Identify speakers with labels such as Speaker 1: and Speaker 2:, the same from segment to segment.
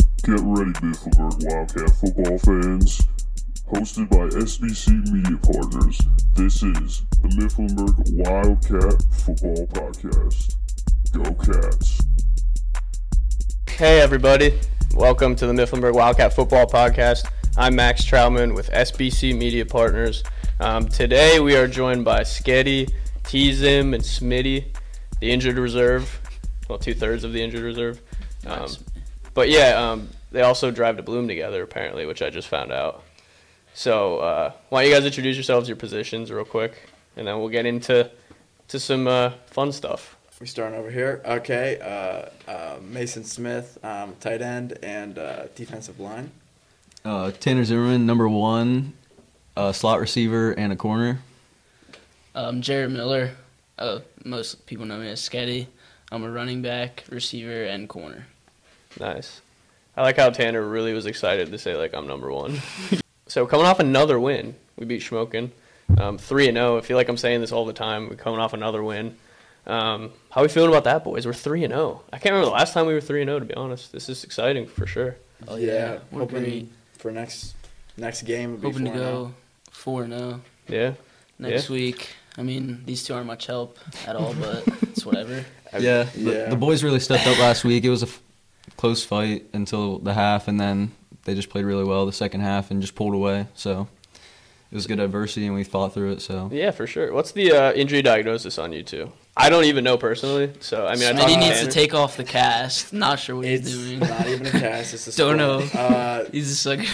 Speaker 1: get ready, Biffleberg Wildcat football fans. Hosted by SBC Media Partners, this is the Mifflinburg Wildcat Football Podcast. Go Cats!
Speaker 2: Hey, everybody. Welcome to the Mifflinburg Wildcat Football Podcast. I'm Max Troutman with SBC Media Partners. Um, today, we are joined by Sketty, T-Zim, and Smitty, the injured reserve. Well, two thirds of the injured reserve. Um, But yeah, um, they also drive to Bloom together, apparently, which I just found out. So, uh, why don't you guys introduce yourselves, your positions, real quick, and then we'll get into to some uh, fun stuff.
Speaker 3: We're starting over here. Okay, uh, uh, Mason Smith, um, tight end and uh, defensive line.
Speaker 4: Uh, Tanner Zimmerman, number one, a slot receiver and a corner.
Speaker 5: Um, Jared Miller. Uh, most people know me as Sketty. I'm a running back, receiver, and corner.
Speaker 2: Nice. I like how Tanner really was excited to say like I'm number one. so coming off another win, we beat Schmoken, um, three and zero. I feel like I'm saying this all the time. We're coming off another win. Um, how we feeling about that, boys? We're three and zero. I can't remember the last time we were three and zero. To be honest, this is exciting for sure.
Speaker 5: Oh, yeah. We're
Speaker 3: hoping
Speaker 5: great.
Speaker 3: for next next game. Would be oh.
Speaker 5: Hoping to
Speaker 3: 4-0.
Speaker 5: go 4 0
Speaker 2: Yeah.
Speaker 5: next
Speaker 2: Yeah.
Speaker 5: week. I mean, these two aren't much help at all, but it's whatever.
Speaker 4: yeah, the,
Speaker 3: yeah.
Speaker 4: the boys really stepped up last week. It was a f- close fight until the half, and then they just played really well the second half and just pulled away. So it was good adversity, and we fought through it. So
Speaker 2: Yeah, for sure. What's the uh, injury diagnosis on you two? I don't even know personally. So I mean, I
Speaker 5: Smitty
Speaker 2: talked to
Speaker 5: needs to
Speaker 2: Tanner.
Speaker 5: take off the cast. Not sure what
Speaker 3: It's
Speaker 5: he's doing.
Speaker 3: not even a cast. It's a
Speaker 5: Don't
Speaker 3: sport.
Speaker 5: know.
Speaker 3: Uh,
Speaker 5: He's just like,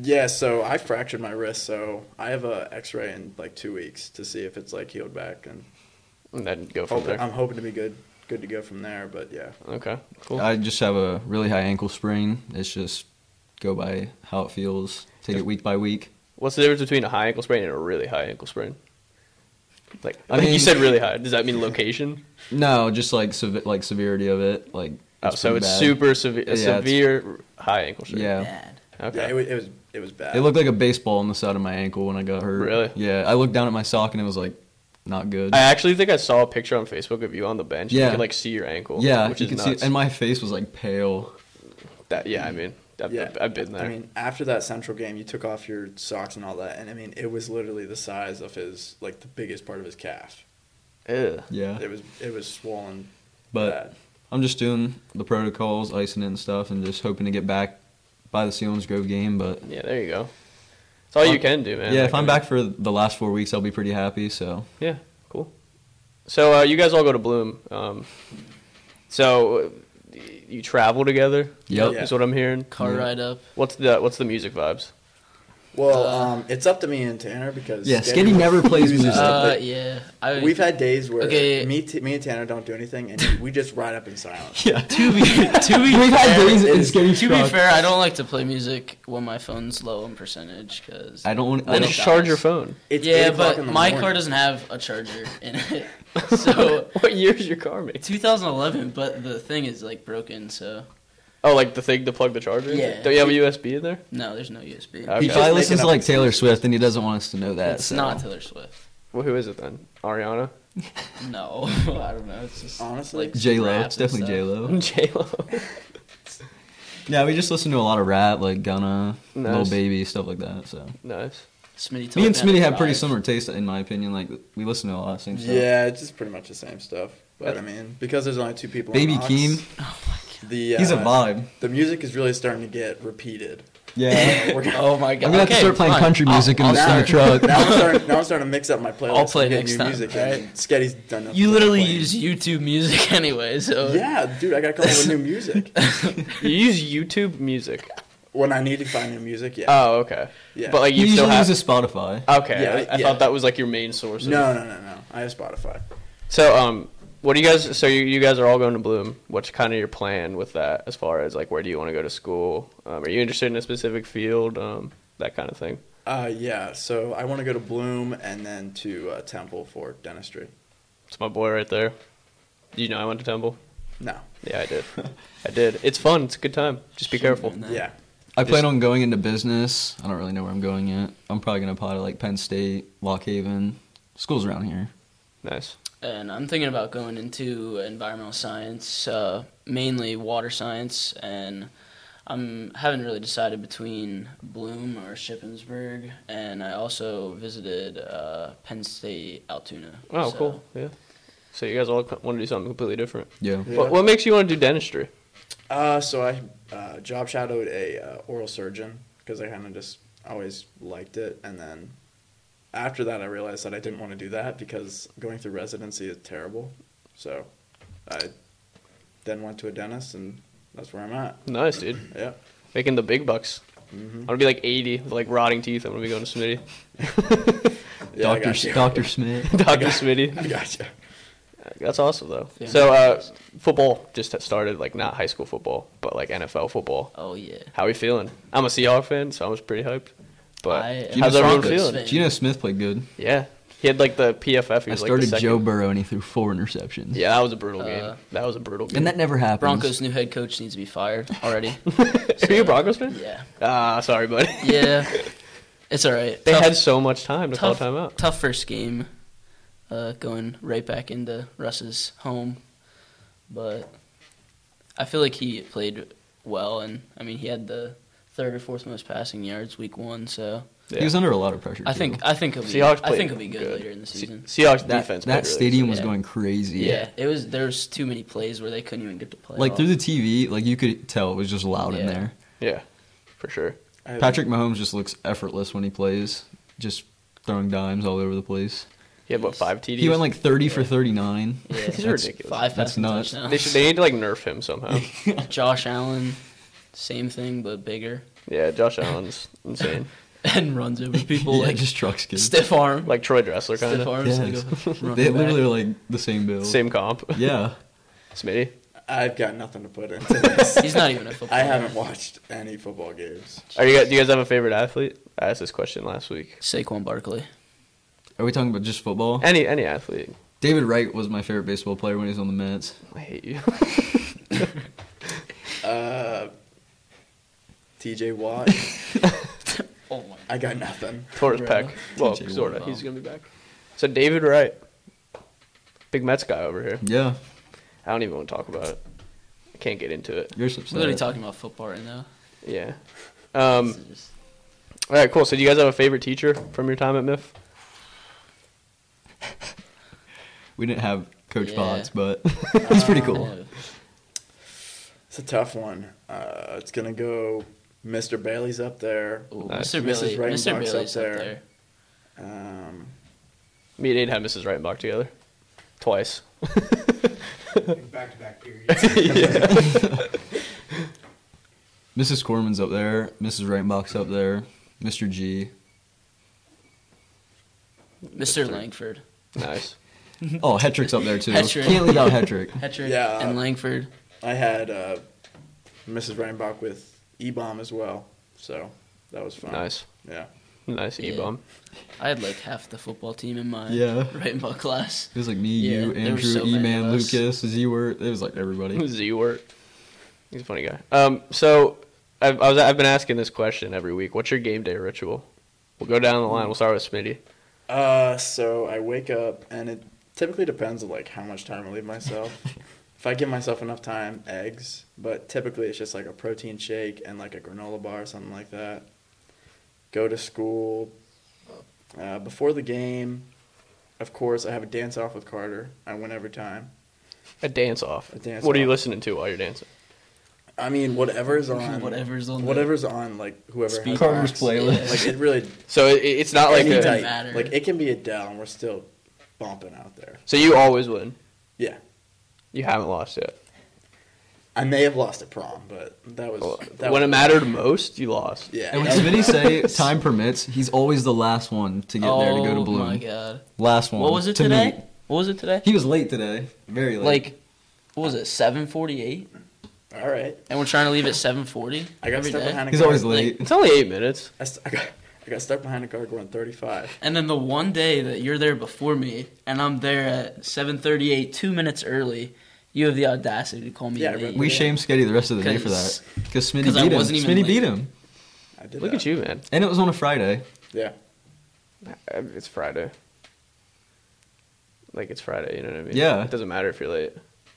Speaker 3: yeah, so I fractured my wrist, so I have a X-ray in like two weeks to see if it's like healed back, and
Speaker 2: and then go from
Speaker 3: hope,
Speaker 2: there.
Speaker 3: I'm hoping to be good, good to go from there. But yeah,
Speaker 2: Okay. Cool.
Speaker 4: I just have a really high ankle sprain. It's just go by how it feels. Take it week by week.
Speaker 2: What's the difference between a high ankle sprain and a really high ankle sprain? Like, I
Speaker 4: I
Speaker 2: mean, you
Speaker 4: mean-
Speaker 2: said really high. Does that mean location?
Speaker 4: No, just like sev- like severity of it. Like
Speaker 2: Oh, so
Speaker 4: pretty
Speaker 2: it's
Speaker 4: bad.
Speaker 2: super severe,
Speaker 4: Yeah,
Speaker 2: a
Speaker 4: it's-
Speaker 2: severe high ankle sprain.
Speaker 4: Yeah.
Speaker 5: bad.
Speaker 2: Okay.
Speaker 3: yeah, it, was, it was it was bad.
Speaker 4: It looked like a baseball on the side of my ankle when I got hurt.
Speaker 2: Really?
Speaker 4: Yeah. I looked down at my sock and it was like not good.
Speaker 2: I actually think I saw a picture on Facebook of you on the bench. You
Speaker 4: Yeah.
Speaker 2: can like see your ankle.
Speaker 4: yeah,
Speaker 2: Which
Speaker 4: you
Speaker 2: is
Speaker 4: can
Speaker 2: nuts.
Speaker 4: see, and my face was like pale.
Speaker 2: that, yeah, I mean, I've,
Speaker 3: Yeah,
Speaker 2: I've, I've been there.
Speaker 3: I mean, after that Central game, you took off your socks and all that, and I mean, it was literally the size of his like the biggest part of his calf.
Speaker 2: Ugh.
Speaker 4: Yeah,
Speaker 3: It was it was swollen.
Speaker 4: but
Speaker 3: bad.
Speaker 4: I'm just doing the protocols, icing it and stuff, and just hoping to get back by the Sealands Grove game. But
Speaker 2: Yeah, there you go. It's all you
Speaker 4: Um,
Speaker 2: can do, man.
Speaker 4: yeah,
Speaker 2: Like,
Speaker 4: if
Speaker 2: I
Speaker 4: I'm
Speaker 2: mean-
Speaker 4: back for the last four weeks, I'll be pretty happy. So
Speaker 2: Yeah, cool. So uh, you guys all go to Bloom. Um, so uh, y- you travel together.
Speaker 4: Yep.
Speaker 2: Is what I'm hearing.
Speaker 5: Car
Speaker 4: Yeah.
Speaker 5: ride up.
Speaker 2: What's the What's the music vibes?
Speaker 3: well,
Speaker 5: uh,
Speaker 3: um, it's up to me and Tanner because
Speaker 4: Yeah, Skinny never plays
Speaker 3: uses
Speaker 4: music.
Speaker 3: it,
Speaker 5: Uh,
Speaker 3: but
Speaker 5: yeah. I,
Speaker 3: We've had days where
Speaker 5: Okay.
Speaker 3: me, t- me and Tanner don't do anything, and we just ride up in silence.
Speaker 4: yeah,
Speaker 5: To be, to be
Speaker 4: we've had
Speaker 5: fair-
Speaker 4: days
Speaker 3: it
Speaker 4: in
Speaker 3: is-
Speaker 4: scary
Speaker 5: To be
Speaker 4: truck.
Speaker 5: fair, I don't like to play music when my phone's low in percentage because
Speaker 4: I don't want. I
Speaker 2: Then
Speaker 5: Little
Speaker 4: don't,
Speaker 2: just charge
Speaker 5: guys.
Speaker 2: your phone.
Speaker 3: It's 8
Speaker 5: yeah,
Speaker 3: o'clock
Speaker 5: but
Speaker 3: in the
Speaker 5: my
Speaker 3: morning.
Speaker 5: car doesn't have a charger in it. So
Speaker 2: what year is your car made?
Speaker 5: 2011, but the thing is like broken, so
Speaker 2: Oh, like the thing to plug the charger?
Speaker 5: Yeah.
Speaker 2: Don't you have a USB in there?
Speaker 5: no, there's no USB.
Speaker 2: Okay.
Speaker 4: he
Speaker 2: Just
Speaker 4: probably
Speaker 3: making
Speaker 4: listens to
Speaker 3: up
Speaker 4: like Taylor Swift, and he doesn't want us to know that.
Speaker 5: It's
Speaker 4: so.
Speaker 5: not Taylor Swift.
Speaker 2: Well, who is it then? Ariana?
Speaker 5: No, I don't know. It's just
Speaker 4: Uh,
Speaker 3: Honestly?
Speaker 5: like
Speaker 4: J Lo.
Speaker 5: rap
Speaker 4: It's
Speaker 5: and
Speaker 4: definitely
Speaker 5: stuff.
Speaker 4: J Lo.
Speaker 2: J Lo.
Speaker 4: Yeah, we just listen to a lot of rap, like Gunna, Lil
Speaker 2: Nice.
Speaker 4: Baby, stuff like that. So
Speaker 2: nice.
Speaker 5: Smitty. told
Speaker 4: me and
Speaker 5: how to
Speaker 4: Smitty have pretty
Speaker 5: drive.
Speaker 4: similar taste, in my opinion. Like we listen to a lot of same stuff.
Speaker 3: Yeah, it's just pretty much the same stuff. But I mean, because there's only two people.
Speaker 4: Baby
Speaker 3: on Ox,
Speaker 4: Keem,
Speaker 5: Oh
Speaker 3: the uh,
Speaker 4: he's a vibe.
Speaker 3: The music is really starting to get repeated.
Speaker 4: Yeah.
Speaker 3: We're gonna-
Speaker 5: Oh my god!
Speaker 4: I'm gonna have to
Speaker 5: Okay,
Speaker 4: start playing
Speaker 5: fine.
Speaker 4: country
Speaker 5: I'll-
Speaker 4: music in
Speaker 5: I'll
Speaker 4: the- in the
Speaker 5: start-
Speaker 4: truck.
Speaker 3: now, I'm starting, now I'm starting to mix up my playlist.
Speaker 5: I'll play
Speaker 3: and get
Speaker 5: next
Speaker 3: new
Speaker 5: time,
Speaker 3: music.
Speaker 5: right?
Speaker 3: and Sketty's done. nothing
Speaker 5: You
Speaker 3: but
Speaker 5: literally
Speaker 3: playing.
Speaker 5: use YouTube music anyway, so
Speaker 3: Yeah, dude, I gotta come up with new music
Speaker 2: You use YouTube music.
Speaker 3: when I need to find new music. Yeah,
Speaker 2: Oh, okay.
Speaker 3: yeah.
Speaker 2: But like
Speaker 4: He
Speaker 2: you
Speaker 4: usually
Speaker 2: still have.
Speaker 4: uses Spotify.
Speaker 2: Okay,
Speaker 3: Yeah,
Speaker 2: I, I
Speaker 3: yeah.
Speaker 2: thought that was like your main source. of-
Speaker 3: no, no, no, no. I have Spotify.
Speaker 2: So, um, what do you guys? So you, you guys are all going to Bloom. What's kind of your plan with that? As far as like, where do you want to go to school? Um, are you interested in a specific field? Um, that kind of thing.
Speaker 3: Uh, yeah. So I want to go to Bloom and then to uh, Temple for dentistry.
Speaker 2: It's my boy right there. Do you know I went to Temple?
Speaker 3: No.
Speaker 2: Yeah, I did. I did. It's fun. It's a good time. Just be
Speaker 5: Should've
Speaker 2: careful.
Speaker 5: done that.
Speaker 3: Yeah.
Speaker 4: I plan on going into business. I don't really know where I'm going yet. I'm probably gonna apply to like Penn State, Lock Haven, schools around here.
Speaker 2: Nice.
Speaker 5: And I'm thinking about going into environmental science, uh, mainly water science, and I'm haven't really decided between Bloom or Shippensburg, and I also visited uh, Penn State Altoona.
Speaker 2: Oh,
Speaker 5: So,
Speaker 2: cool. Yeah. So you guys all want to do something completely different.
Speaker 4: Yeah.
Speaker 3: Yeah.
Speaker 2: What, what makes you want to do dentistry?
Speaker 3: Uh, so I uh, job shadowed a uh, oral surgeon because I kind of just always liked it, and then after that I realized that I didn't want to do that because going through residency is terrible. So I then went to a dentist, and that's where I'm at.
Speaker 2: Nice, dude.
Speaker 3: Yeah.
Speaker 2: Making the big bucks.
Speaker 5: Mm-hmm.
Speaker 2: I'm gonna be like 80 with like rotting teeth. I'm gonna be going to Smitty,
Speaker 3: Yeah, I
Speaker 4: Doctor
Speaker 3: got you.
Speaker 4: Doctor Smith.
Speaker 2: Doctor Smitty.
Speaker 3: I got you.
Speaker 2: That's awesome though.
Speaker 5: Yeah.
Speaker 2: So uh, football just started like not high school football, but like NFL football.
Speaker 5: Oh yeah.
Speaker 2: How are you feeling? I'm a Seahawks fan, so I was pretty hyped. But
Speaker 5: I-
Speaker 2: how's
Speaker 5: Geno
Speaker 2: everyone
Speaker 5: Smith.
Speaker 2: feeling?
Speaker 5: Smith.
Speaker 4: Geno Smith played good.
Speaker 2: Yeah, he had like the PFF. He
Speaker 4: I
Speaker 2: was
Speaker 4: started
Speaker 2: like the second-
Speaker 4: Joe Burrow and he threw four interceptions.
Speaker 2: Yeah, that was a brutal game.
Speaker 5: Uh,
Speaker 2: That was a brutal game.
Speaker 4: And that never happened.
Speaker 5: Broncos' new head coach needs to be fired already.
Speaker 2: Are you a Broncos fan?
Speaker 5: yeah.
Speaker 2: Ah, sorry, buddy.
Speaker 5: Yeah. It's all right.
Speaker 2: They
Speaker 5: Tough-
Speaker 2: had so much time to
Speaker 5: tough,
Speaker 2: call timeout.
Speaker 5: tough first game, uh, going right back into Russ's home, but I feel like he played well, and I mean he had the third or fourth most passing yards week one, so
Speaker 2: Yeah.
Speaker 4: He was under a lot of pressure.
Speaker 5: I
Speaker 4: too.
Speaker 5: think I think he'll be
Speaker 2: Seahawks
Speaker 5: I
Speaker 2: played
Speaker 5: think he'll be good, later in the
Speaker 2: Se-
Speaker 5: season.
Speaker 2: Seahawks
Speaker 4: that,
Speaker 2: defense.
Speaker 4: that
Speaker 2: played really
Speaker 4: stadium was
Speaker 5: Yeah.
Speaker 4: going crazy.
Speaker 5: yeah. it was there's too many plays where they couldn't even get to play.
Speaker 4: Like
Speaker 5: off.
Speaker 4: through the TV, like you could tell it was just loud in
Speaker 5: Yeah.
Speaker 4: there.
Speaker 2: good. Yeah, for sure.
Speaker 3: I-
Speaker 4: Patrick Mahomes just looks effortless when he plays, just throwing dimes all over the place.
Speaker 2: He had what five TDs?
Speaker 4: He went like 30 for 39.
Speaker 5: yeah,
Speaker 2: These are
Speaker 5: that's
Speaker 2: ridiculous.
Speaker 5: Five
Speaker 4: That's
Speaker 5: passing
Speaker 4: nuts.
Speaker 5: touchdowns.
Speaker 2: they should. They need to like nerf him somehow.
Speaker 5: Josh Allen, same thing but bigger,
Speaker 2: yeah, Josh Allen's insane.
Speaker 5: and runs over people
Speaker 4: Yeah,
Speaker 5: like
Speaker 4: just trucks kids.
Speaker 5: stiff arm,
Speaker 2: Like Troy Dressler, kind of
Speaker 5: stiff arms.
Speaker 4: Yeah,
Speaker 5: and go running
Speaker 4: they
Speaker 5: back.
Speaker 4: literally are like the same build.
Speaker 2: same comp.
Speaker 4: Yeah.
Speaker 2: Smitty.
Speaker 3: I've got nothing to put into this.
Speaker 5: He's not even a football.
Speaker 3: I haven't watched any football games.
Speaker 2: Are you guys? Do you guys have a favorite athlete? I asked this question last week.
Speaker 5: Saquon Barkley.
Speaker 4: Are we talking about just football?
Speaker 2: Any any athlete.
Speaker 4: David Wright was my favorite baseball player when he was on the Mets.
Speaker 2: I hate you.
Speaker 3: Uh, T.J. Watt.
Speaker 5: Oh my.
Speaker 3: I got nothing.
Speaker 2: Torres
Speaker 5: Bruh.
Speaker 2: Peck. Well,
Speaker 4: TJ
Speaker 2: sorta.
Speaker 5: Watt.
Speaker 2: He's gonna be back. So David Wright, big Mets guy over here.
Speaker 4: Yeah.
Speaker 2: I don't even want to talk about it. I can't get into it.
Speaker 4: You're upset.
Speaker 5: We're literally talking about football right now.
Speaker 2: Yeah.
Speaker 5: This
Speaker 2: Um,
Speaker 5: is just-
Speaker 2: all right, cool. So, do you guys have a favorite teacher from your time at MIF?
Speaker 4: We didn't have Coach
Speaker 5: Yeah.
Speaker 4: Potts, but Uh, it's pretty cool.
Speaker 5: yeah.
Speaker 3: It's a tough one. Uh, it's gonna go. Mr. Bailey's up there.
Speaker 5: Ooh,
Speaker 2: Nice.
Speaker 5: Mr.
Speaker 3: Mrs.
Speaker 5: Bailey,
Speaker 3: Reitenbach's
Speaker 5: Mr.
Speaker 3: up
Speaker 5: Bailey's up
Speaker 3: there.
Speaker 5: there.
Speaker 3: Um,
Speaker 2: Me and Aiden had Mrs. Reitenbach together twice.
Speaker 6: back to back periods.
Speaker 4: Mrs. Corman's up there. Mrs. Reitenbach's up there. Mr. G.
Speaker 5: Mr. Langford,
Speaker 2: Nice.
Speaker 4: Oh, Hetrick's up there too.
Speaker 5: Hetrick.
Speaker 4: Can't leave out Hetrick.
Speaker 5: Hetrick,
Speaker 3: Yeah.
Speaker 5: and Langford.
Speaker 3: I had uh, Mrs. Reinbach with E Bomb as well, so that was fun.
Speaker 2: Nice.
Speaker 3: Yeah.
Speaker 2: Nice
Speaker 5: Yeah.
Speaker 2: E bomb.
Speaker 5: I had like half the football team in my
Speaker 4: Yeah.
Speaker 5: Reitenbach class.
Speaker 4: It was like me,
Speaker 5: Yeah,
Speaker 4: you,
Speaker 5: there were
Speaker 4: Andrew,
Speaker 5: so many
Speaker 4: E-Man,
Speaker 5: of us.
Speaker 4: Lucas, Z-Word. It was like everybody.
Speaker 2: Z word. He's a funny guy. Um, so I've, I was, I've been asking this question every week. What's your game day ritual? We'll go down the line. We'll start with Smitty.
Speaker 3: Uh, so I wake up, and it typically depends on like how much time I leave myself. if I give myself enough time, eggs. But typically, it's just like a protein shake and like a granola bar or something like that. Go to school. Uh, before the game, of course, I have a dance off with Carter. I win every time.
Speaker 2: A dance off.
Speaker 3: A dance
Speaker 2: what are you
Speaker 3: off.
Speaker 2: listening to while you're dancing?
Speaker 3: I mean, whatever's on,
Speaker 5: Whatever's on the-
Speaker 3: whatever's on, like whoever has
Speaker 4: Carter's
Speaker 3: box.
Speaker 4: playlist.
Speaker 3: Like it really,
Speaker 2: So it, it's not like
Speaker 3: like,
Speaker 5: Any
Speaker 2: a,
Speaker 5: type.
Speaker 3: tight.
Speaker 5: matter.
Speaker 3: like it can be Adele, and we're still bumping out there.
Speaker 2: so you always win.
Speaker 3: Yeah,
Speaker 2: You haven't lost yet.
Speaker 3: I may have lost at prom, but that was that
Speaker 2: when
Speaker 3: was,
Speaker 2: it mattered most, you lost.
Speaker 3: Yeah,
Speaker 4: And when
Speaker 3: that was-
Speaker 4: Smitty say time permits, he's always the last one to get
Speaker 5: oh
Speaker 4: there to go to Bloom.
Speaker 5: my god!
Speaker 4: Last one.
Speaker 5: What was it
Speaker 4: to
Speaker 5: today?
Speaker 4: meet.
Speaker 5: What was it today?
Speaker 4: He was late today. Very late.
Speaker 5: like, what was it? Seven forty-eight,
Speaker 3: all right.
Speaker 5: and we're trying to leave at seven forty.
Speaker 3: I got stuck behind a
Speaker 4: he's
Speaker 3: car.
Speaker 4: always
Speaker 5: like-
Speaker 4: late.
Speaker 2: It's only eight minutes.
Speaker 3: I, st- I got I got stuck behind a car going 35.
Speaker 5: And then the one day that you're there before me, and I'm there at 7:38, two minutes early, you have the audacity to call me
Speaker 3: Yeah, I
Speaker 5: late.
Speaker 3: remember
Speaker 4: we shame Sketty the rest of the day for that
Speaker 5: 'Cause-
Speaker 4: because Smitty
Speaker 5: 'cause
Speaker 4: beat
Speaker 5: I
Speaker 4: him.
Speaker 5: wasn't even
Speaker 4: Smitty
Speaker 5: late.
Speaker 4: beat him,
Speaker 3: I did.
Speaker 2: Look
Speaker 3: that.
Speaker 2: at you, man.
Speaker 4: and it was on a Friday.
Speaker 3: Yeah,
Speaker 2: Uh, It's Friday. Like it's Friday, you know what I mean?
Speaker 4: Yeah.
Speaker 2: It doesn't matter if you're late.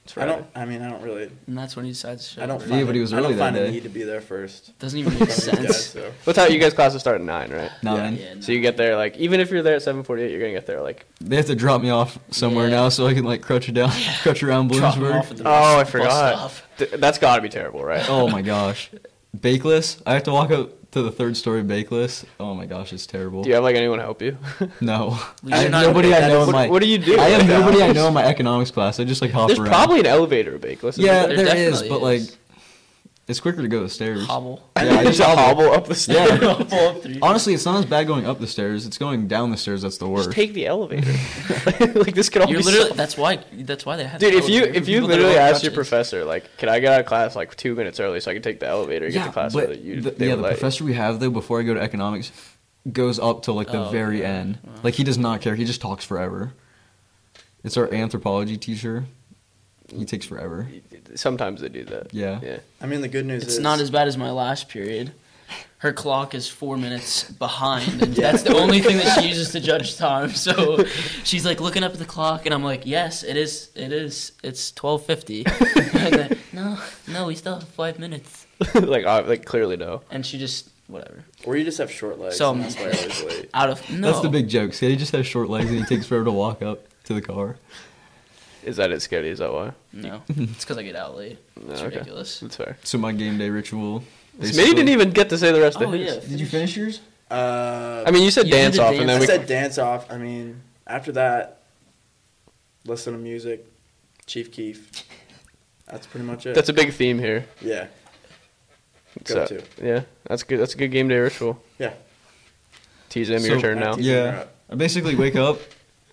Speaker 2: It's
Speaker 3: I
Speaker 2: Friday.
Speaker 3: don't. I mean, I don't really.
Speaker 5: and that's when he decides to show
Speaker 3: I don't.
Speaker 5: up.
Speaker 4: Yeah,
Speaker 3: Find
Speaker 4: but he was
Speaker 3: it- I
Speaker 4: early
Speaker 3: don't
Speaker 4: that
Speaker 3: find a
Speaker 4: day.
Speaker 3: need to be there first.
Speaker 5: Doesn't even make
Speaker 3: Some of these guys,
Speaker 5: sense.
Speaker 3: so.
Speaker 2: What time you guys classes start at nine, right?
Speaker 4: Nine.
Speaker 5: Yeah,
Speaker 2: So you get there like even if you're there at seven forty eight, you're gonna get there like
Speaker 4: They have to drop me off somewhere
Speaker 5: Yeah.
Speaker 4: now so I can like crutch it down, crutch around
Speaker 5: Drop him off
Speaker 4: Bloomsburg.
Speaker 5: at the
Speaker 2: Oh, I
Speaker 5: bus
Speaker 2: forgot.
Speaker 5: stop.
Speaker 2: Th- that's gotta be terrible, right?
Speaker 4: Oh my gosh, Bakeless. I have to walk up to the third story Bakeless. Oh my gosh, it's terrible.
Speaker 2: Do you have like anyone help you?
Speaker 4: No,
Speaker 5: We should
Speaker 4: I have
Speaker 5: not-
Speaker 4: nobody I
Speaker 3: that
Speaker 4: know
Speaker 3: is-
Speaker 4: in my.
Speaker 2: what do you do?
Speaker 4: I have
Speaker 2: Like,
Speaker 4: nobody I
Speaker 2: there's-
Speaker 4: know in my economics class. I just like hop
Speaker 2: There's
Speaker 4: around.
Speaker 2: probably an elevator at Bakeless. isn't
Speaker 4: yeah,
Speaker 2: there?
Speaker 5: There
Speaker 4: there is,
Speaker 5: definitely
Speaker 4: but like,
Speaker 5: is.
Speaker 4: it's quicker to go the stairs.
Speaker 5: Hobble.
Speaker 4: Yeah, I
Speaker 2: just
Speaker 4: just
Speaker 2: hobble up the stairs.
Speaker 4: Yeah.
Speaker 5: Pull up three.
Speaker 4: Honestly, it's not as bad going up the stairs. It's going down the stairs that's the worst.
Speaker 2: Just take the elevator. like this could all
Speaker 5: You're
Speaker 2: be
Speaker 5: literally.
Speaker 2: solved.
Speaker 5: That's why. That's why they have.
Speaker 2: Dude, if
Speaker 5: to
Speaker 2: you if you literally asked your professor, like, can I get out of class like two minutes early so I can take the elevator and get to class
Speaker 4: but
Speaker 2: early? You,
Speaker 4: the,
Speaker 2: they
Speaker 4: yeah,
Speaker 2: would
Speaker 4: the
Speaker 2: let you.
Speaker 4: professor we have though before I go to economics goes up to like the
Speaker 5: Oh,
Speaker 4: very
Speaker 5: yeah.
Speaker 4: end. Like he does not care. He just talks forever. It's our anthropology teacher. He takes forever.
Speaker 2: Sometimes they do that.
Speaker 4: Yeah.
Speaker 2: Yeah.
Speaker 3: I mean, the good news
Speaker 5: It's
Speaker 3: is
Speaker 5: not as bad as my last period. Her clock is four minutes behind, and that's the only thing that she uses to judge time. So she's like looking up at the clock, and I'm like, "Yes, it is. It is. It's twelve fifty. No, no, we still have five minutes.
Speaker 2: like I, like clearly no.
Speaker 5: And she just whatever
Speaker 3: Or you just have short legs,
Speaker 5: So-
Speaker 3: and that's why you're always late.
Speaker 5: out of no.
Speaker 4: That's the big joke. See, he just has short legs and he takes forever to walk up to the car.
Speaker 2: Is that it, Scotty? Is that why?
Speaker 5: no. It's because I get out late.
Speaker 2: No,
Speaker 5: It's
Speaker 2: okay.
Speaker 5: ridiculous.
Speaker 2: That's fair.
Speaker 4: So my game day ritual.
Speaker 2: Smitty didn't even get to say the rest
Speaker 5: Oh,
Speaker 2: of his.
Speaker 5: yeah.
Speaker 4: Did you finish yours?
Speaker 3: Uh,
Speaker 2: I mean, you said
Speaker 5: You did
Speaker 2: dance
Speaker 5: the
Speaker 2: off, and
Speaker 5: dance
Speaker 2: then
Speaker 3: I
Speaker 2: we.
Speaker 3: said dance off. I mean, after that, listen to music, Chief Keef. That's pretty much it.
Speaker 2: that's a big theme here.
Speaker 3: yeah.
Speaker 2: So,
Speaker 3: Go to.
Speaker 2: yeah, that's good. That's a good game day ritual.
Speaker 3: Yeah.
Speaker 2: Tease him
Speaker 4: So-
Speaker 2: your turn
Speaker 3: I
Speaker 2: now.
Speaker 3: tease- You're
Speaker 4: Yeah.
Speaker 3: up.
Speaker 4: I basically wake up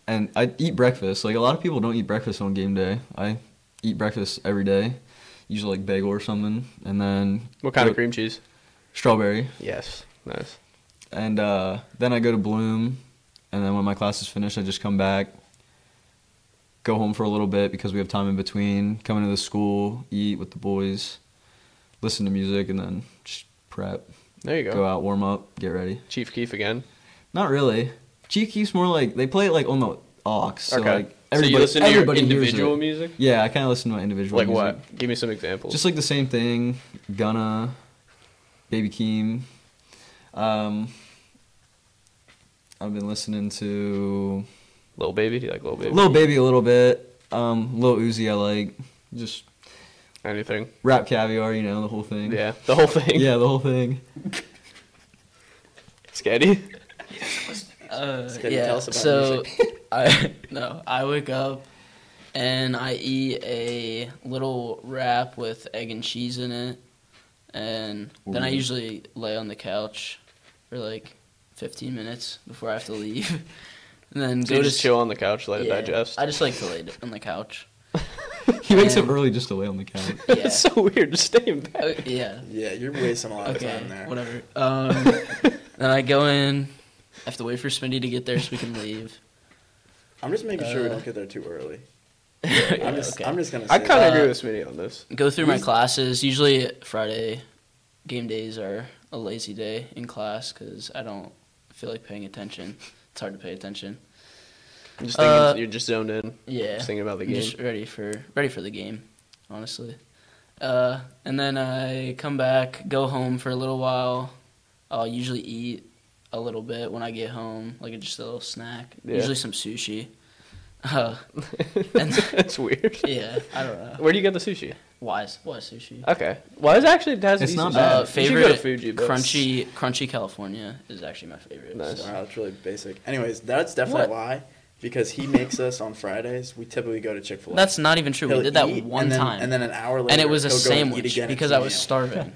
Speaker 4: and I eat breakfast. Like a lot of people don't eat breakfast on game day. I eat breakfast every day, usually like bagel or something, and then
Speaker 2: What kind of
Speaker 4: go-
Speaker 2: cream cheese?
Speaker 4: Strawberry.
Speaker 2: Yes, nice.
Speaker 4: And uh, then I go to Bloom, and then when my class is finished, I just come back, go home for a little bit because we have time in between. Come into the school, eat with the boys, listen to music, and then just prep,
Speaker 2: There you go.
Speaker 4: go out, warm up, get ready.
Speaker 2: Chief Keef again.
Speaker 4: Not really. G keeps more like they play it like on the aux. So
Speaker 2: okay.
Speaker 4: like
Speaker 2: so
Speaker 4: everybody,
Speaker 2: you listen to your
Speaker 4: everybody hears
Speaker 2: individual
Speaker 4: it.
Speaker 2: music.
Speaker 4: Yeah, I kind of listen to my individual.
Speaker 2: Like
Speaker 4: music.
Speaker 2: what? Give me some examples.
Speaker 4: Just like the same thing. Gunna, Baby Keem. Um, I've been listening to
Speaker 2: Little baby. Do you like little baby?
Speaker 4: Lil Baby a little bit. Um, Lil Uzi I like. Just
Speaker 2: Anything?
Speaker 4: rap caviar, you know, the whole thing.
Speaker 2: Yeah, the whole thing.
Speaker 4: Yeah, the whole thing.
Speaker 2: Scatty.
Speaker 5: Uh,
Speaker 3: Can you
Speaker 5: yeah.
Speaker 3: tell us about
Speaker 5: so, I no, I wake up and I eat a little wrap with egg and cheese in it, and then I
Speaker 4: Ooh.
Speaker 5: usually lay on the couch for like 15 minutes before I have to leave, and then
Speaker 2: So
Speaker 5: go
Speaker 2: you
Speaker 5: to
Speaker 2: just chill on the couch, let it
Speaker 5: yeah,
Speaker 2: digest.
Speaker 5: I just like to lay on the couch.
Speaker 4: He wakes up
Speaker 5: And-
Speaker 4: early just to lay on the couch.
Speaker 5: Yeah.
Speaker 2: It's so weird. Just stay in bed.
Speaker 5: Oh, yeah.
Speaker 3: Yeah, you're wasting a lot of
Speaker 5: Okay.
Speaker 3: time there.
Speaker 5: Whatever. Um, then I go in. I have to wait for Smitty to get there so we can leave.
Speaker 3: I'm just making sure we
Speaker 5: Uh,
Speaker 3: don't get there too early.
Speaker 5: Yeah,
Speaker 3: I'm just,
Speaker 5: okay.
Speaker 3: I'm just gonna. Say
Speaker 2: I kind
Speaker 5: Uh,
Speaker 2: of agree with Smitty on this.
Speaker 5: go through my
Speaker 3: Who's-
Speaker 5: classes. Usually Friday game days are a lazy day in class because I don't feel like paying attention. It's hard to pay attention.
Speaker 2: I'm just thinking,
Speaker 5: uh,
Speaker 2: you're just zoned in.
Speaker 5: Yeah,
Speaker 2: Just thinking about the
Speaker 5: I'm
Speaker 2: game.
Speaker 5: just ready for ready for the game, honestly. Uh, and then I come back, go home for a little while. I'll usually eat a little bit when I get home, like just a little snack.
Speaker 2: Yeah.
Speaker 5: Usually some sushi. Uh, and-
Speaker 2: That's weird.
Speaker 5: yeah, I don't know.
Speaker 2: Where do you get the sushi?
Speaker 5: Why is why is sushi?
Speaker 2: Okay. Well, it's actually it has
Speaker 4: It's not
Speaker 2: decent-
Speaker 4: bad.
Speaker 5: Uh,
Speaker 2: You should go
Speaker 5: favorite
Speaker 2: to Fuji, but-
Speaker 5: crunchy, crunchy California is actually my favorite.
Speaker 2: Nice.
Speaker 5: so-
Speaker 3: Wow, that's really basic. Anyways, that's definitely
Speaker 5: What?
Speaker 3: a lie because he makes us on Fridays. We typically go to Chick Fil A.
Speaker 5: That's not even true. We did that one
Speaker 3: and then,
Speaker 5: time,
Speaker 3: and then an hour later,
Speaker 5: And it was a
Speaker 3: he'll go and eat
Speaker 5: sandwich
Speaker 3: again at
Speaker 5: because
Speaker 3: 2
Speaker 5: I was
Speaker 3: a.m.
Speaker 5: starving.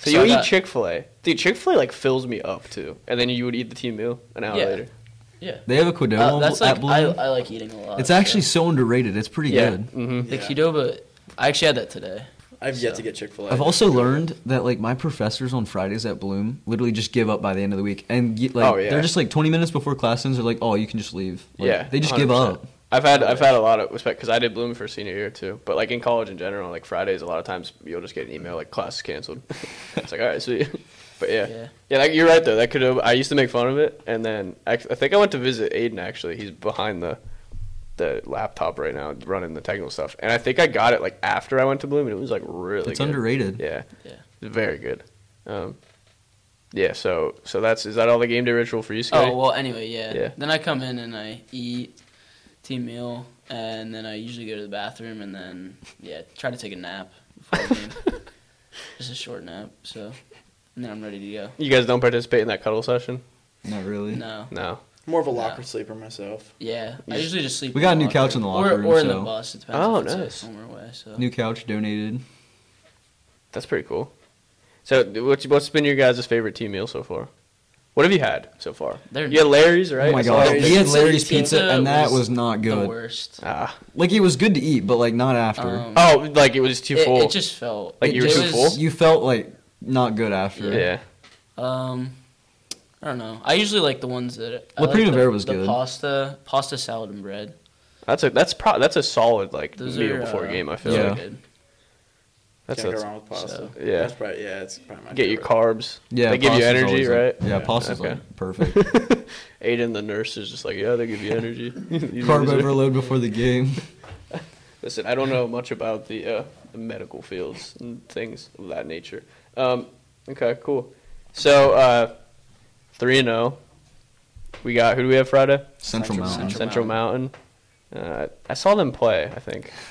Speaker 2: So,
Speaker 5: I
Speaker 2: you eat
Speaker 5: got-
Speaker 2: Chick Fil A, dude. Chick Fil A like fills me up too, and then you would eat the team meal an hour
Speaker 5: Yeah.
Speaker 2: later.
Speaker 5: Yeah,
Speaker 4: They have a Quidel
Speaker 5: Uh, that's like
Speaker 4: at Bloom.
Speaker 5: I, I like eating a lot.
Speaker 4: it's actually
Speaker 5: so.
Speaker 4: so underrated. It's pretty
Speaker 2: yeah.
Speaker 4: good.
Speaker 2: hmm
Speaker 5: the
Speaker 3: Yeah.
Speaker 5: Qdoba. I actually had that today.
Speaker 3: I've yet
Speaker 5: so.
Speaker 3: to get Chick Fil A.
Speaker 4: I've also learned that like my professors on Fridays at Bloom literally just give up by the end of the week, and y- like
Speaker 2: Oh, yeah.
Speaker 4: they're just like 20 minutes before class ends, they're like, "Oh, you can just leave." Like,
Speaker 2: Yeah,
Speaker 4: they just give
Speaker 2: 100%.
Speaker 4: up.
Speaker 2: I've had I've had a lot of respect because I did Bloom for senior year too, but like in college in general, like Fridays, a lot of times you'll just get an email like class is canceled. it's like all right, see. You. But yeah, yeah,
Speaker 5: Yeah.
Speaker 2: like, you're right though. That could have I used to make fun of it, and then I, I think I went to visit Aiden actually. He's behind the the laptop right now running the technical stuff. And I think I got it like after I went to Bloom, and it was like really.
Speaker 4: it's
Speaker 2: good.
Speaker 4: underrated.
Speaker 2: Yeah.
Speaker 5: Yeah.
Speaker 2: Very good. Um, yeah. So so that's is that all the game day ritual for you, Scotty?
Speaker 5: Oh well. Anyway, yeah.
Speaker 2: Yeah.
Speaker 5: Then I come in and I eat, team meal, and then I usually go to the bathroom and then yeah, try to take a nap before the game. Just a short nap. So, and then I'm ready to go.
Speaker 2: you guys don't participate in that cuddle session?
Speaker 4: Not really.
Speaker 5: No.
Speaker 2: No.
Speaker 3: More of a locker sleeper myself.
Speaker 5: Yeah. I
Speaker 2: You sh-
Speaker 5: usually just sleep. in
Speaker 4: We got
Speaker 5: the
Speaker 4: a new couch in the locker
Speaker 5: or,
Speaker 4: room,
Speaker 5: or in the
Speaker 4: so-
Speaker 5: bus. It depends.
Speaker 2: Oh,
Speaker 5: if it's
Speaker 2: nice.
Speaker 5: A home or away. So.
Speaker 4: New couch donated.
Speaker 2: That's pretty cool. So what's what's been your guys' favorite team meal so far? What have you had so far?
Speaker 5: They're-
Speaker 2: you had Larry's, right?
Speaker 4: Oh my
Speaker 2: I saw
Speaker 4: god,
Speaker 2: that
Speaker 4: he had
Speaker 2: picture.
Speaker 4: Larry's
Speaker 5: Pizza
Speaker 4: pizza, and that
Speaker 5: was
Speaker 4: was not
Speaker 5: The
Speaker 4: good.
Speaker 5: worst.
Speaker 2: Ah.
Speaker 4: Like it was good to eat, but like not after.
Speaker 5: Um,
Speaker 2: Oh, like it was too
Speaker 5: it,
Speaker 2: full.
Speaker 5: it just felt
Speaker 2: Like
Speaker 5: it
Speaker 2: you were too
Speaker 5: was-
Speaker 2: full?
Speaker 4: You felt like not good after.
Speaker 2: yeah.
Speaker 5: Um, I don't know. I usually like the ones that. I
Speaker 4: La
Speaker 5: like the,
Speaker 4: Primavera was
Speaker 5: the
Speaker 4: good.
Speaker 5: Pasta, pasta salad and bread.
Speaker 2: That's a that's pro- that's a solid like
Speaker 5: Those
Speaker 2: meal
Speaker 5: are
Speaker 2: before
Speaker 5: uh,
Speaker 2: a game. I feel
Speaker 5: those are
Speaker 4: Yeah.
Speaker 2: like
Speaker 5: good.
Speaker 2: that's,
Speaker 3: Can't
Speaker 2: that's
Speaker 3: go wrong with pasta.
Speaker 5: so-
Speaker 2: Yeah.
Speaker 3: That's probably yeah. It's probably my
Speaker 2: get your
Speaker 3: favorite.
Speaker 2: carbs.
Speaker 4: Yeah,
Speaker 2: they give you
Speaker 4: pasta's
Speaker 2: energy,
Speaker 4: always, like-
Speaker 2: right?
Speaker 4: yeah, pasta's
Speaker 2: Okay.
Speaker 4: like perfect.
Speaker 2: Aiden, the nurse, is just like, yeah, they give you energy. You
Speaker 4: Carb
Speaker 2: loser.
Speaker 4: overload before the game.
Speaker 2: Listen, I don't know much about the, uh, the medical fields and things of that nature. Um, okay, cool. So uh, three and zero. We got who do we have Friday?
Speaker 4: Central Mountain.
Speaker 5: Central
Speaker 2: Central Mountain. Uh, I saw them play. I think.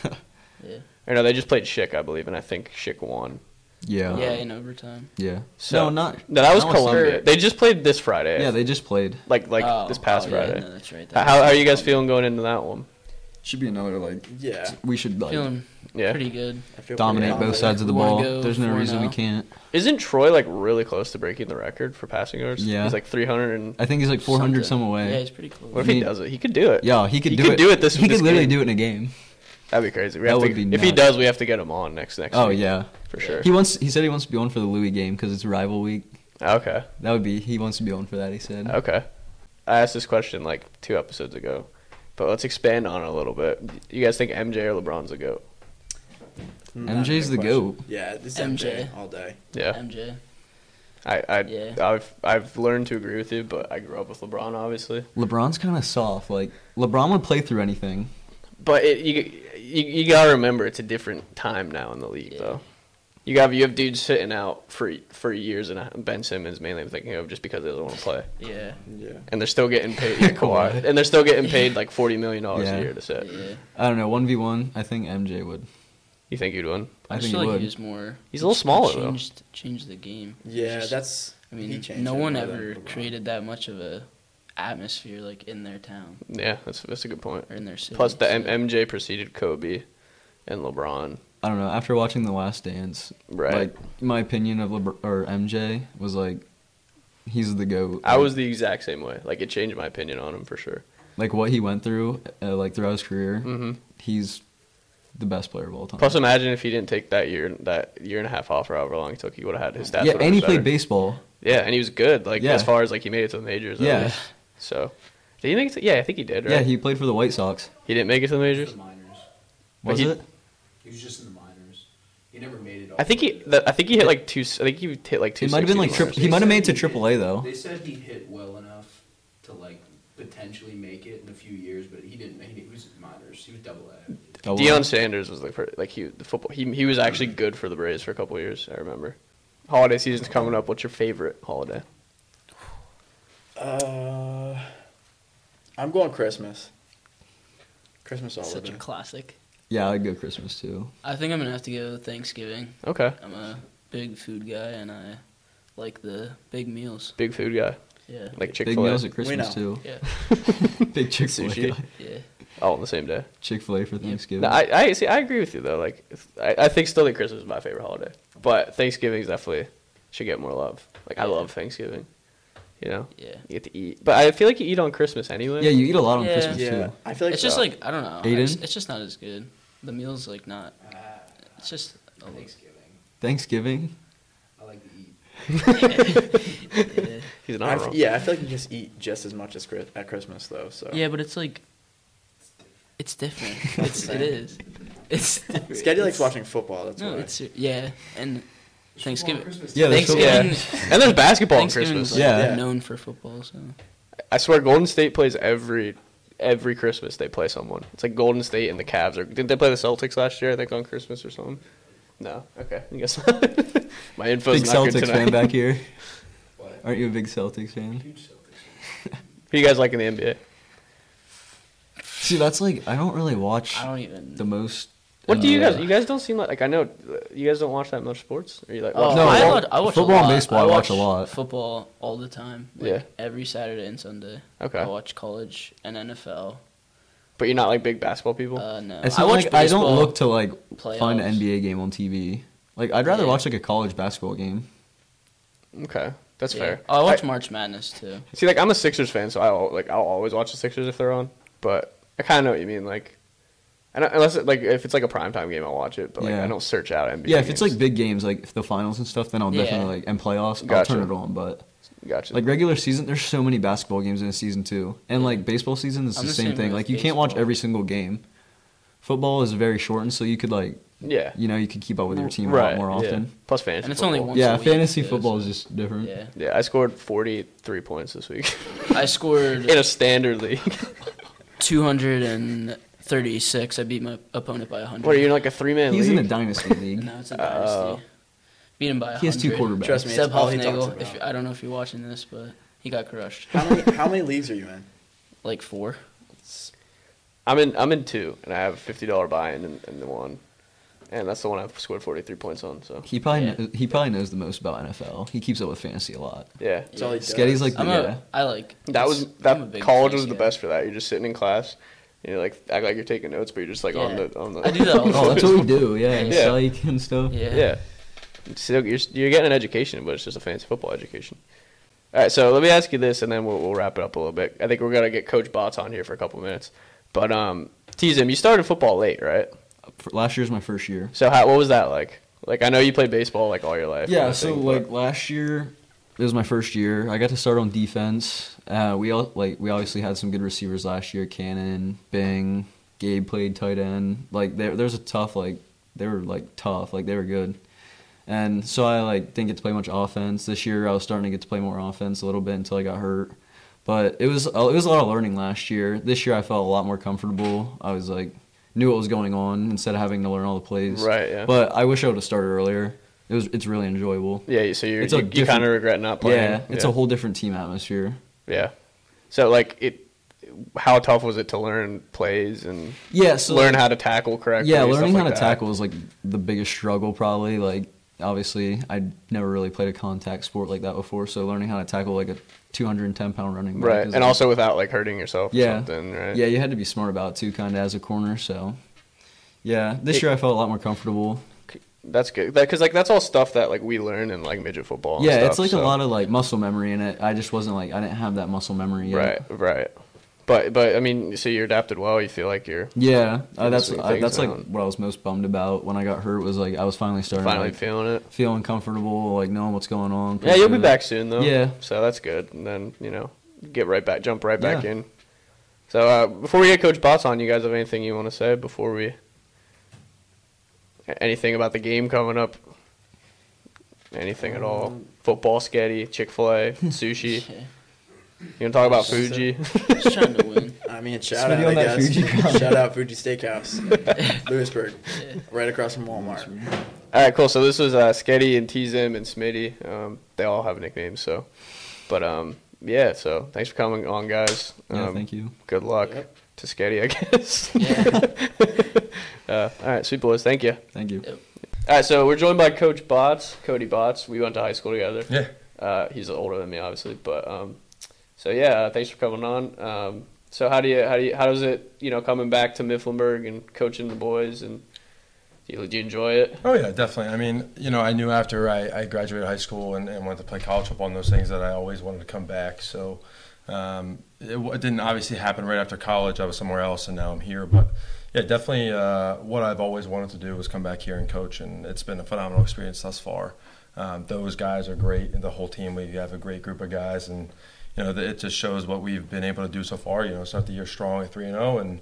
Speaker 5: Yeah.
Speaker 2: Or no, they just played Schick, I believe, and I think Schick won.
Speaker 4: Yeah.
Speaker 5: yeah,
Speaker 4: Yeah.
Speaker 5: in overtime.
Speaker 2: So-
Speaker 4: no, not.
Speaker 2: No, that was
Speaker 4: not
Speaker 2: Columbia.
Speaker 4: Central.
Speaker 2: They just played this Friday.
Speaker 4: Yeah, they just played.
Speaker 2: like like
Speaker 5: Oh,
Speaker 2: this past
Speaker 5: oh, yeah,
Speaker 2: Friday.
Speaker 5: no, that's right.
Speaker 2: How,
Speaker 5: that
Speaker 2: how
Speaker 5: was-
Speaker 2: are you guys feeling going into that one?
Speaker 4: Should be another like.
Speaker 3: Yeah.
Speaker 4: We should like
Speaker 5: Feeling
Speaker 2: Yeah.
Speaker 5: pretty good.
Speaker 3: I feel
Speaker 4: dominate
Speaker 3: pretty
Speaker 4: both
Speaker 3: confident.
Speaker 4: sides of the
Speaker 5: We wanna
Speaker 4: ball.
Speaker 5: go
Speaker 4: There's no
Speaker 5: four
Speaker 4: reason we
Speaker 5: now.
Speaker 4: can't.
Speaker 2: Isn't Troy like really close to breaking the record for passing yards?
Speaker 4: Yeah.
Speaker 2: he's like 300 and.
Speaker 4: I think he's like 400 some
Speaker 5: Something. Yeah,
Speaker 4: away.
Speaker 5: he's pretty close.
Speaker 2: What if he
Speaker 4: mean-
Speaker 2: does it? He could do it.
Speaker 4: Yeah, he could
Speaker 2: He
Speaker 4: do
Speaker 2: could
Speaker 4: it.
Speaker 2: do it this-
Speaker 4: He
Speaker 2: this
Speaker 4: could literally
Speaker 2: game.
Speaker 4: do it in a game.
Speaker 2: That'd be crazy. We
Speaker 4: That
Speaker 2: have to-
Speaker 4: would be
Speaker 2: if he
Speaker 4: nuts.
Speaker 2: does, we have to get him on next next.
Speaker 4: Oh
Speaker 2: week,
Speaker 4: yeah,
Speaker 2: for sure.
Speaker 4: He wants. He said he wants to be on for the Louis game because it's rival week.
Speaker 2: Okay,
Speaker 4: That would be. He wants to be on for that. He said.
Speaker 2: okay. I asked this question like two episodes ago, but let's expand on it a little bit. You guys think MJ or LeBron's a goat?
Speaker 3: Not a
Speaker 4: MJ's
Speaker 3: big
Speaker 4: the
Speaker 3: question.
Speaker 4: goat.
Speaker 3: Yeah, it's
Speaker 5: MJ.
Speaker 3: MJ all day.
Speaker 2: Yeah,
Speaker 5: MJ.
Speaker 2: I, I
Speaker 5: Yeah.
Speaker 2: I've I've learned to agree with you, but I grew up with LeBron, obviously.
Speaker 4: LeBron's kind of soft. Like LeBron would play through anything.
Speaker 2: But it, you, you you gotta remember it's a different time now in the league,
Speaker 5: Yeah.
Speaker 2: though. You got you have dudes sitting out for for years, and uh, Ben Simmons mainly I'm thinking of just because they don't want to play,
Speaker 5: Yeah.
Speaker 3: Yeah.
Speaker 2: and they're still getting paid. Yeah, Kawhi, and they're still getting paid like forty million dollars
Speaker 4: Yeah.
Speaker 2: a year to sit.
Speaker 5: Yeah.
Speaker 4: I don't know. One v one. I think MJ would.
Speaker 2: You think you'd win?
Speaker 4: I,
Speaker 5: just
Speaker 4: think
Speaker 5: feel
Speaker 4: he
Speaker 5: like
Speaker 4: would.
Speaker 5: he was more.
Speaker 2: He's a little smaller, though.
Speaker 5: changed, though. Changed the game.
Speaker 3: Yeah,
Speaker 5: Just-
Speaker 3: that's.
Speaker 5: I
Speaker 3: he
Speaker 5: mean,
Speaker 3: changed
Speaker 5: no
Speaker 3: it
Speaker 5: one
Speaker 3: more than
Speaker 5: ever
Speaker 3: LeBron.
Speaker 5: created that much of a atmosphere like in their town
Speaker 2: Yeah, that's that's a good point.
Speaker 5: or in their city.
Speaker 2: Plus, the M-
Speaker 5: so-
Speaker 2: MJ preceded Kobe and LeBron.
Speaker 4: I don't know. After watching The Last Dance,
Speaker 2: Right.
Speaker 4: Like my opinion of LeBron or MJ was like, he's the goat.
Speaker 2: I was the exact same way. Like it changed my opinion on him for sure.
Speaker 4: like what he went through, uh, like throughout his career.
Speaker 2: Mhm.
Speaker 4: He's the best player of all time.
Speaker 2: Plus, imagine if he didn't take that year, that year and a half off, or however long it took, he would have had his stats.
Speaker 4: yeah,
Speaker 2: would've
Speaker 4: and
Speaker 2: been
Speaker 4: he
Speaker 2: better.
Speaker 4: played baseball.
Speaker 2: Yeah, and he was good. Like
Speaker 4: Yeah.
Speaker 2: as far as like he made it to the majors. at
Speaker 4: Yeah.
Speaker 2: least. So, did he make it? To, yeah, I think he did. Right?
Speaker 4: Yeah, he played for the White Sox.
Speaker 2: he didn't make it to the majors.
Speaker 6: The minors.
Speaker 2: But
Speaker 4: Was
Speaker 2: he-
Speaker 4: it?
Speaker 6: He was just in the minors. He never made it.
Speaker 2: I think he. The, I think he hit like two. I think he hit like two.
Speaker 4: It might have been like triple.
Speaker 2: triple.
Speaker 4: He might have made to
Speaker 6: They said he
Speaker 4: AAA
Speaker 6: hit-
Speaker 4: though.
Speaker 6: They said he hit well enough to like potentially make it in a few years, but he didn't. He, he was in minors. He was double A.
Speaker 4: Oh, well.
Speaker 2: Deion Sanders was like like he the football. He he was actually good for the Braves for a couple years. I remember. Holiday season's coming up. What's your favorite holiday?
Speaker 3: Uh, I'm going Christmas. Christmas all
Speaker 5: such
Speaker 3: day.
Speaker 5: a classic.
Speaker 4: Yeah, I'd go Christmas too.
Speaker 5: I think I'm gonna have to go Thanksgiving.
Speaker 2: Okay,
Speaker 5: I'm a big food guy and I like the big meals.
Speaker 2: big food guy
Speaker 5: Yeah.
Speaker 2: like Chick
Speaker 4: Big
Speaker 2: Fil A.
Speaker 4: meals at Christmas
Speaker 3: know.
Speaker 4: too.
Speaker 5: Yeah.
Speaker 4: Big Chick Fil A.
Speaker 2: Sushi.
Speaker 5: Yeah.
Speaker 2: All on the same day.
Speaker 4: Chick Fil A for Thanksgiving.
Speaker 2: No, I, I see. I agree with you though. Like, if- I, I think still that Christmas is my favorite holiday, but Thanksgiving definitely should get more love. Like, I love Thanksgiving. You know,
Speaker 5: Yeah.
Speaker 2: you get to eat, but I feel like you eat on Christmas anyway.
Speaker 4: yeah, you eat a lot on
Speaker 5: Yeah.
Speaker 4: Christmas
Speaker 3: yeah,
Speaker 4: too.
Speaker 3: I feel like
Speaker 5: It's just
Speaker 3: uh,
Speaker 5: like I don't know.
Speaker 4: Aiden?
Speaker 5: It's, it's just not as good. The meal's like not. It's just. a little-
Speaker 6: Thanksgiving.
Speaker 4: Thanksgiving.
Speaker 6: I like to eat.
Speaker 5: Yeah.
Speaker 2: he's
Speaker 3: I
Speaker 2: not
Speaker 3: f-
Speaker 2: wrong.
Speaker 3: yeah, I feel like you just eat just as much as Chris- at Christmas though. So
Speaker 5: yeah, but it's like. It's different. It's it is. It's. different.
Speaker 3: Sketty likes
Speaker 5: It's-
Speaker 3: watching football. That's
Speaker 5: No,
Speaker 3: why.
Speaker 5: it's yeah, and Thanksgiving.
Speaker 4: Yeah, there's football.
Speaker 5: Thanksgiving.
Speaker 2: And there's basketball on Christmas.
Speaker 5: Thanksgiving's like
Speaker 4: Yeah.
Speaker 5: known for football. So
Speaker 2: I swear, Golden State plays every every Christmas they play someone. It's like Golden State and the Cavs. Or didn't they play the Celtics last year? I think on Christmas or something. No. Okay. I guess my info's
Speaker 4: big
Speaker 2: not good
Speaker 4: Celtics
Speaker 2: tonight.
Speaker 4: fan back here.
Speaker 6: What?
Speaker 4: Aren't you a big Celtics fan?
Speaker 6: Huge Celtics.
Speaker 2: Who you guys like in the NBA?
Speaker 4: See, that's like I don't really watch
Speaker 5: I don't even.
Speaker 4: the most.
Speaker 2: What do you
Speaker 4: uh,
Speaker 2: guys? You guys don't seem like like I know uh, you guys don't watch that much sports. Are you like?
Speaker 5: Oh,
Speaker 2: watch
Speaker 4: No,
Speaker 5: I
Speaker 2: football?
Speaker 5: watch, I watch a
Speaker 4: football and
Speaker 5: lot.
Speaker 4: baseball, I watch a lot.
Speaker 5: Football all the time. Like
Speaker 2: Yeah.
Speaker 5: Every Saturday and Sunday.
Speaker 2: Okay.
Speaker 5: I watch college and NFL.
Speaker 2: But you're not like big basketball people.
Speaker 5: Uh, no,
Speaker 4: It's
Speaker 5: I
Speaker 4: not
Speaker 5: watch.
Speaker 4: like I don't
Speaker 5: baseball.
Speaker 4: look to like find
Speaker 5: playoffs.
Speaker 4: an NBA game on TV. Like I'd rather
Speaker 5: Yeah.
Speaker 4: watch like a college basketball game.
Speaker 2: okay, that's
Speaker 5: Yeah.
Speaker 2: fair.
Speaker 5: Oh, I watch March Madness too.
Speaker 2: See, like I'm a Sixers fan, so I will like I'll always watch the Sixers if they're on. But I kind of know what you mean. Like, I don't, unless it, like if it's like a primetime game, I'll watch it. But like
Speaker 4: Yeah.
Speaker 2: I don't search out NBA.
Speaker 4: Yeah, if it's
Speaker 2: games.
Speaker 4: like big games, like if the finals and stuff, then I'll
Speaker 5: Yeah.
Speaker 4: definitely like and playoffs.
Speaker 2: Gotcha.
Speaker 4: I'll turn it on, but
Speaker 2: gotcha.
Speaker 4: like regular season, there's so many basketball games in a season too, and like baseball season is
Speaker 5: I'm
Speaker 4: the,
Speaker 5: the
Speaker 4: same
Speaker 5: same
Speaker 4: thing.
Speaker 5: with
Speaker 4: Like you can't watch
Speaker 5: baseball.
Speaker 4: every single game. Football is very shortened, so you could like
Speaker 2: yeah,
Speaker 4: you know you could keep up with your team
Speaker 2: right
Speaker 4: a lot more
Speaker 2: yeah.
Speaker 4: often.
Speaker 2: Plus fantasy,
Speaker 5: And it's only
Speaker 2: football.
Speaker 5: Once
Speaker 4: Yeah,
Speaker 5: a week,
Speaker 4: fantasy
Speaker 5: yeah,
Speaker 4: football is
Speaker 5: so-
Speaker 4: just different.
Speaker 5: Yeah.
Speaker 2: Yeah, I scored 43 points this week
Speaker 5: I scored
Speaker 2: in a standard league.
Speaker 5: 236. I beat my opponent by 100.
Speaker 2: what are you in like a three man league?
Speaker 4: He's in a dynasty league.
Speaker 5: No, it's a
Speaker 2: Oh.
Speaker 5: dynasty. Beat him by 100.
Speaker 4: He has two quarterbacks.
Speaker 3: Trust me,
Speaker 5: Seb
Speaker 3: it's all he talks
Speaker 5: Hoffnagel. If,
Speaker 3: about.
Speaker 5: I don't know if you're watching this, but he got crushed.
Speaker 3: How many how many leagues are you in?
Speaker 5: Like four.
Speaker 2: I'm in I'm in two, and I have a fifty dollar buy in in the one, and that's the one I've scored forty three points on. So
Speaker 4: He probably
Speaker 5: Yeah.
Speaker 4: kno- he probably knows the most about NFL. He keeps up with fantasy a lot.
Speaker 2: yeah,
Speaker 3: It's all he does.
Speaker 4: Sketty's like the,
Speaker 5: I'm
Speaker 4: yeah.
Speaker 5: a, I like.
Speaker 2: that was
Speaker 5: it's- I'm a
Speaker 2: that
Speaker 5: big
Speaker 2: college
Speaker 5: fan,
Speaker 2: was the
Speaker 5: yeah.
Speaker 2: best for that. You're just sitting in class, and you're like act like you're taking notes, but you're just like on
Speaker 5: Yeah.
Speaker 2: the on the.
Speaker 5: I do that all the
Speaker 4: Oh, that's what we do. Yeah,
Speaker 5: Yeah.
Speaker 4: and
Speaker 2: Yeah.
Speaker 4: psych and stuff.
Speaker 5: Yeah.
Speaker 2: yeah. So you're you're getting an education, but it's just a fancy football education. All right, so let me ask you this, and then we'll, we'll wrap it up a little bit. I think we're gonna get Coach Bots on here for a couple minutes, but um, tease him. You started football late, right?
Speaker 4: For- Last year's my first year.
Speaker 2: So how what was that like? Like I know you played baseball like all your life. and
Speaker 4: Yeah, so
Speaker 2: everything,
Speaker 4: like
Speaker 2: but-
Speaker 4: last year, it was my first year. I got to start on defense. Uh, we all like we obviously had some good receivers last year. Cannon, Bing, Gabe played tight end. Like there, there's a tough like they were like tough. Like they were good. And so I like didn't get to play much offense this year. I was starting to get to play more offense a little bit until I got hurt. But it was uh, it was a lot of learning last year. This year I felt a lot more comfortable. I was like knew what was going on instead of having to learn all the plays.
Speaker 2: Right, yeah.
Speaker 4: But I wish I would have started earlier. It was it's really enjoyable.
Speaker 2: Yeah, so you're,
Speaker 4: It's
Speaker 2: you,
Speaker 4: a
Speaker 2: you kind of
Speaker 4: different-
Speaker 2: regret not playing.
Speaker 4: Yeah, it's a whole different team atmosphere.
Speaker 2: yeah. So like it, how tough was it to learn plays and
Speaker 4: Yeah, so
Speaker 2: learn how to tackle correctly?
Speaker 4: yeah,
Speaker 2: and stuff
Speaker 4: learning how
Speaker 2: like
Speaker 4: to
Speaker 2: that?
Speaker 4: tackle is like the biggest struggle probably. Like obviously, I never really played a contact sport like that before, so learning how to tackle like a 210 pound running back
Speaker 2: Right,
Speaker 4: is,
Speaker 2: and
Speaker 4: like-
Speaker 2: also without like hurting yourself.
Speaker 4: yeah,
Speaker 2: or something, right.
Speaker 4: yeah, you had to be smart about it too, kind of as a corner. So yeah, this
Speaker 2: It-
Speaker 4: year I felt a lot more comfortable.
Speaker 2: that's good. Because like that's all stuff that like we learn in like midget football. and
Speaker 4: Yeah,
Speaker 2: stuff,
Speaker 4: it's like
Speaker 2: so-
Speaker 4: a lot of like muscle memory in it. I just wasn't like I didn't have that muscle memory yet.
Speaker 2: right, right. But but I mean, so you adapted well. You feel like you're
Speaker 4: Yeah, uh,
Speaker 2: Things-
Speaker 4: that's uh,
Speaker 2: things
Speaker 4: that's like
Speaker 2: around.
Speaker 4: what I was most bummed about when I got hurt was like I was finally starting to,
Speaker 2: finally
Speaker 4: like,
Speaker 2: feeling it.
Speaker 4: feeling comfortable, like knowing what's going on.
Speaker 2: Yeah, you'll be
Speaker 4: Pretty
Speaker 2: back soon though.
Speaker 4: Yeah.
Speaker 2: So that's good. And then, you know, get right back jump right back
Speaker 4: Yeah.
Speaker 2: in. So uh, before we get Coach Bots on, you guys have anything you want to say before we a- anything about the game coming up? Anything at all?
Speaker 5: Um,
Speaker 2: Football sketty, Chick fil A, sushi.
Speaker 5: Yeah.
Speaker 2: You wanna talk about
Speaker 3: Just, uh,
Speaker 2: Fuji?
Speaker 5: Just trying to win.
Speaker 3: I mean, shout
Speaker 4: Smitty
Speaker 3: out,
Speaker 4: on
Speaker 3: I
Speaker 4: that
Speaker 3: guess.
Speaker 4: Fuji comment.
Speaker 3: shout out Fuji Steakhouse, Lewisburg, right across from Walmart.
Speaker 2: all right, cool. So this was uh Sketty and T Zim and Smitty. Um, they all have nicknames, so but um yeah, so thanks for coming on guys. Um,
Speaker 4: good. Yeah, thank you.
Speaker 2: good luck
Speaker 3: Yep.
Speaker 2: to Sketty, I guess. uh, all right, sweet boys, thank you.
Speaker 4: Thank you.
Speaker 5: Yep.
Speaker 2: All right, so we're joined by Coach Bots, Cody Bots. We went to high school together.
Speaker 7: Yeah.
Speaker 2: Uh, he's older than me, obviously, but um, so yeah, uh, thanks for coming on. Um, so how do you how do you how does it you know coming back to Mifflinburg and coaching the boys and do you, do you enjoy it?
Speaker 7: Oh yeah, definitely. I mean, you know, I knew after I, I graduated high school and, and went to play college football and those things that I always wanted to come back. So um, it, w- it didn't obviously happen right after college. I was somewhere else, and now I'm here. But yeah, definitely, uh, what I've always wanted to do was come back here and coach, and it's been a phenomenal experience thus far. Um, those guys are great, and the whole team. We have a great group of guys, and you know, th- it just shows what we've been able to do so far. You know, start the year strong at three and zero, and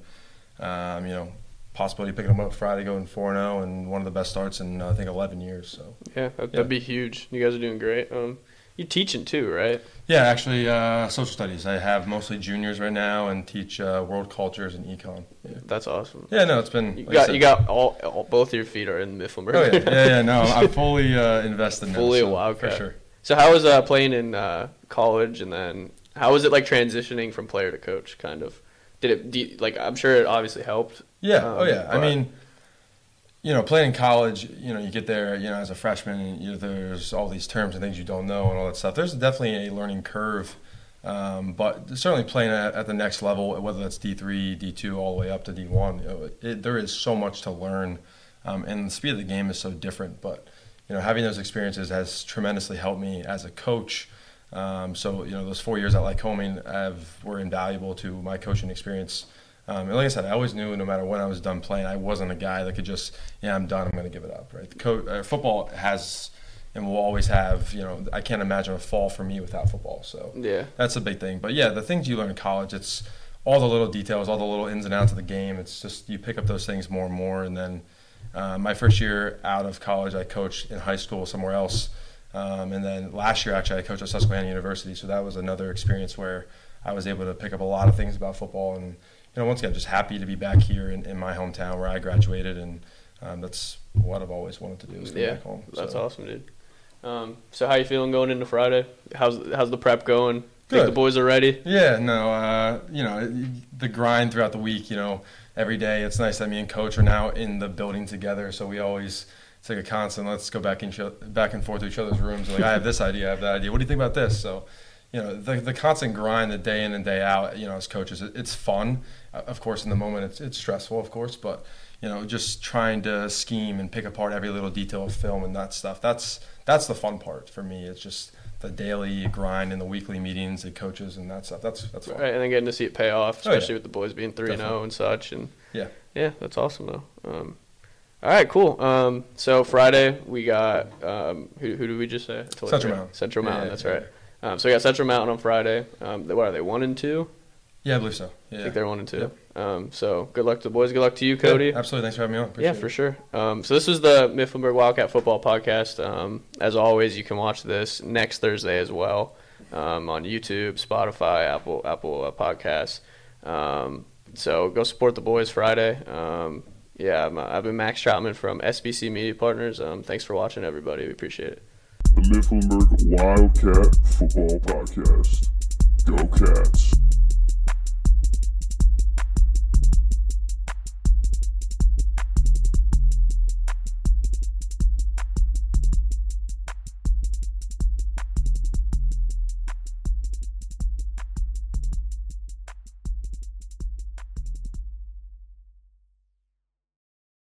Speaker 7: um, you know, possibility of picking them up Friday, going four and zero, and one of the best starts in uh, I think eleven years. So
Speaker 2: Yeah, that,
Speaker 7: Yeah.
Speaker 2: that'd be huge. You guys are doing great. Um, You're teaching too, right?
Speaker 7: Yeah, actually, uh, social studies. I have mostly juniors right now and teach uh, world cultures and econ. Yeah,
Speaker 2: That's awesome.
Speaker 7: yeah no, it's been.
Speaker 2: You
Speaker 7: like I
Speaker 2: got
Speaker 7: said-
Speaker 2: you got all, all both your feet are in Mifflinburg.
Speaker 7: Oh, yeah, yeah, yeah, no, I'm fully uh, invested now.
Speaker 2: Fully a
Speaker 7: so,
Speaker 2: Wildcat.
Speaker 7: For sure.
Speaker 2: so how was uh, playing in uh, college, and then how was it like transitioning from player to coach? Kind of. Did it do you- like I'm sure it obviously helped.
Speaker 7: Yeah.
Speaker 2: Um,
Speaker 7: oh yeah. I
Speaker 2: but-
Speaker 7: mean, you know, playing in college, you know, you get there, you know, as a freshman, and you, there's all these terms and things you don't know and all that stuff. There's definitely a learning curve, um, but certainly playing at, at the next level, whether that's D3, D2, all the way up to D1, you know, it, there is so much to learn, um, and the speed of the game is so different. But you know, having those experiences has tremendously helped me as a coach. Um, so you know, those four years at Lycoming have, were invaluable to my coaching experience. Um, and like I said, I always knew no matter when I was done playing, I wasn't a guy that could just, yeah, I'm done, I'm going to give it up, right? The co- uh, football has and will always have, you know, I can't imagine a fall for me without football. So
Speaker 2: Yeah.
Speaker 7: that's a big thing. But yeah, the things you learn in college, it's all the little details, all the little ins and outs of the game. It's just you pick up those things more and more. And then uh, my first year out of college, I coached in high school somewhere else. Um, and then last year, actually, I coached at Susquehanna University. So that was another experience where I was able to pick up a lot of things about football. And, you know, once again, just happy to be back here in, in my hometown where I graduated. And um, that's what I've always wanted to do is come
Speaker 2: Yeah,
Speaker 7: back home.
Speaker 2: That's
Speaker 7: So-
Speaker 2: awesome, dude. Um, so how you feeling going into Friday? How's how's the prep going? Think
Speaker 7: Good.
Speaker 2: the boys are ready.
Speaker 7: Yeah, no, uh, you know, the grind throughout the week, you know, every day. It's nice that me and coach are now in the building together, so we always it's like a constant. Let's go back and show, back and forth to each other's rooms. Like I have this idea, I have that idea. What do you think about this? So, you know, the the constant grind, the day in and day out. You know, as coaches, it, it's fun. Uh, Of course, in the moment, it's it's stressful, of course, but you know, just trying to scheme and pick apart every little detail of film and that stuff. That's that's the fun part for me. It's just the daily grind and the weekly meetings and coaches and that stuff. That's that's fun.
Speaker 2: Right, and then getting to see it pay off,
Speaker 7: Oh, yeah.
Speaker 2: especially with the boys being three and zero and such. And
Speaker 7: Yeah.
Speaker 2: yeah, that's awesome though. Um, all right, cool. Um, so Friday we got um, who, who did we just say? I totally
Speaker 7: Central
Speaker 2: forgot.
Speaker 7: Mountain.
Speaker 2: Central
Speaker 7: Yeah,
Speaker 2: Mountain.
Speaker 7: yeah,
Speaker 2: that's
Speaker 7: yeah.
Speaker 2: right. Um, so we got Central Mountain on Friday. Um, they- what are they? One and two.
Speaker 7: Yeah, I believe so. Yeah.
Speaker 2: I think they're one and two. Um, so good luck to the boys. Good luck to you,
Speaker 7: Yeah,
Speaker 2: Cody.
Speaker 7: absolutely. Thanks for having me on.
Speaker 2: yeah,
Speaker 7: Appreciate
Speaker 2: for
Speaker 7: it.
Speaker 2: sure. Um, so this was the Mifflinburg Wildcat Football Podcast. Um, as always, you can watch this next Thursday as well um, on YouTube, Spotify, Apple Apple uh, Podcasts. Um, so go support the boys Friday. Um, yeah, I'm, uh, I've been Max Troutman from SBC Media Partners. Um, thanks for watching, everybody. We appreciate it.
Speaker 1: The Mifflinburg Wildcat Football Podcast. Go Cats.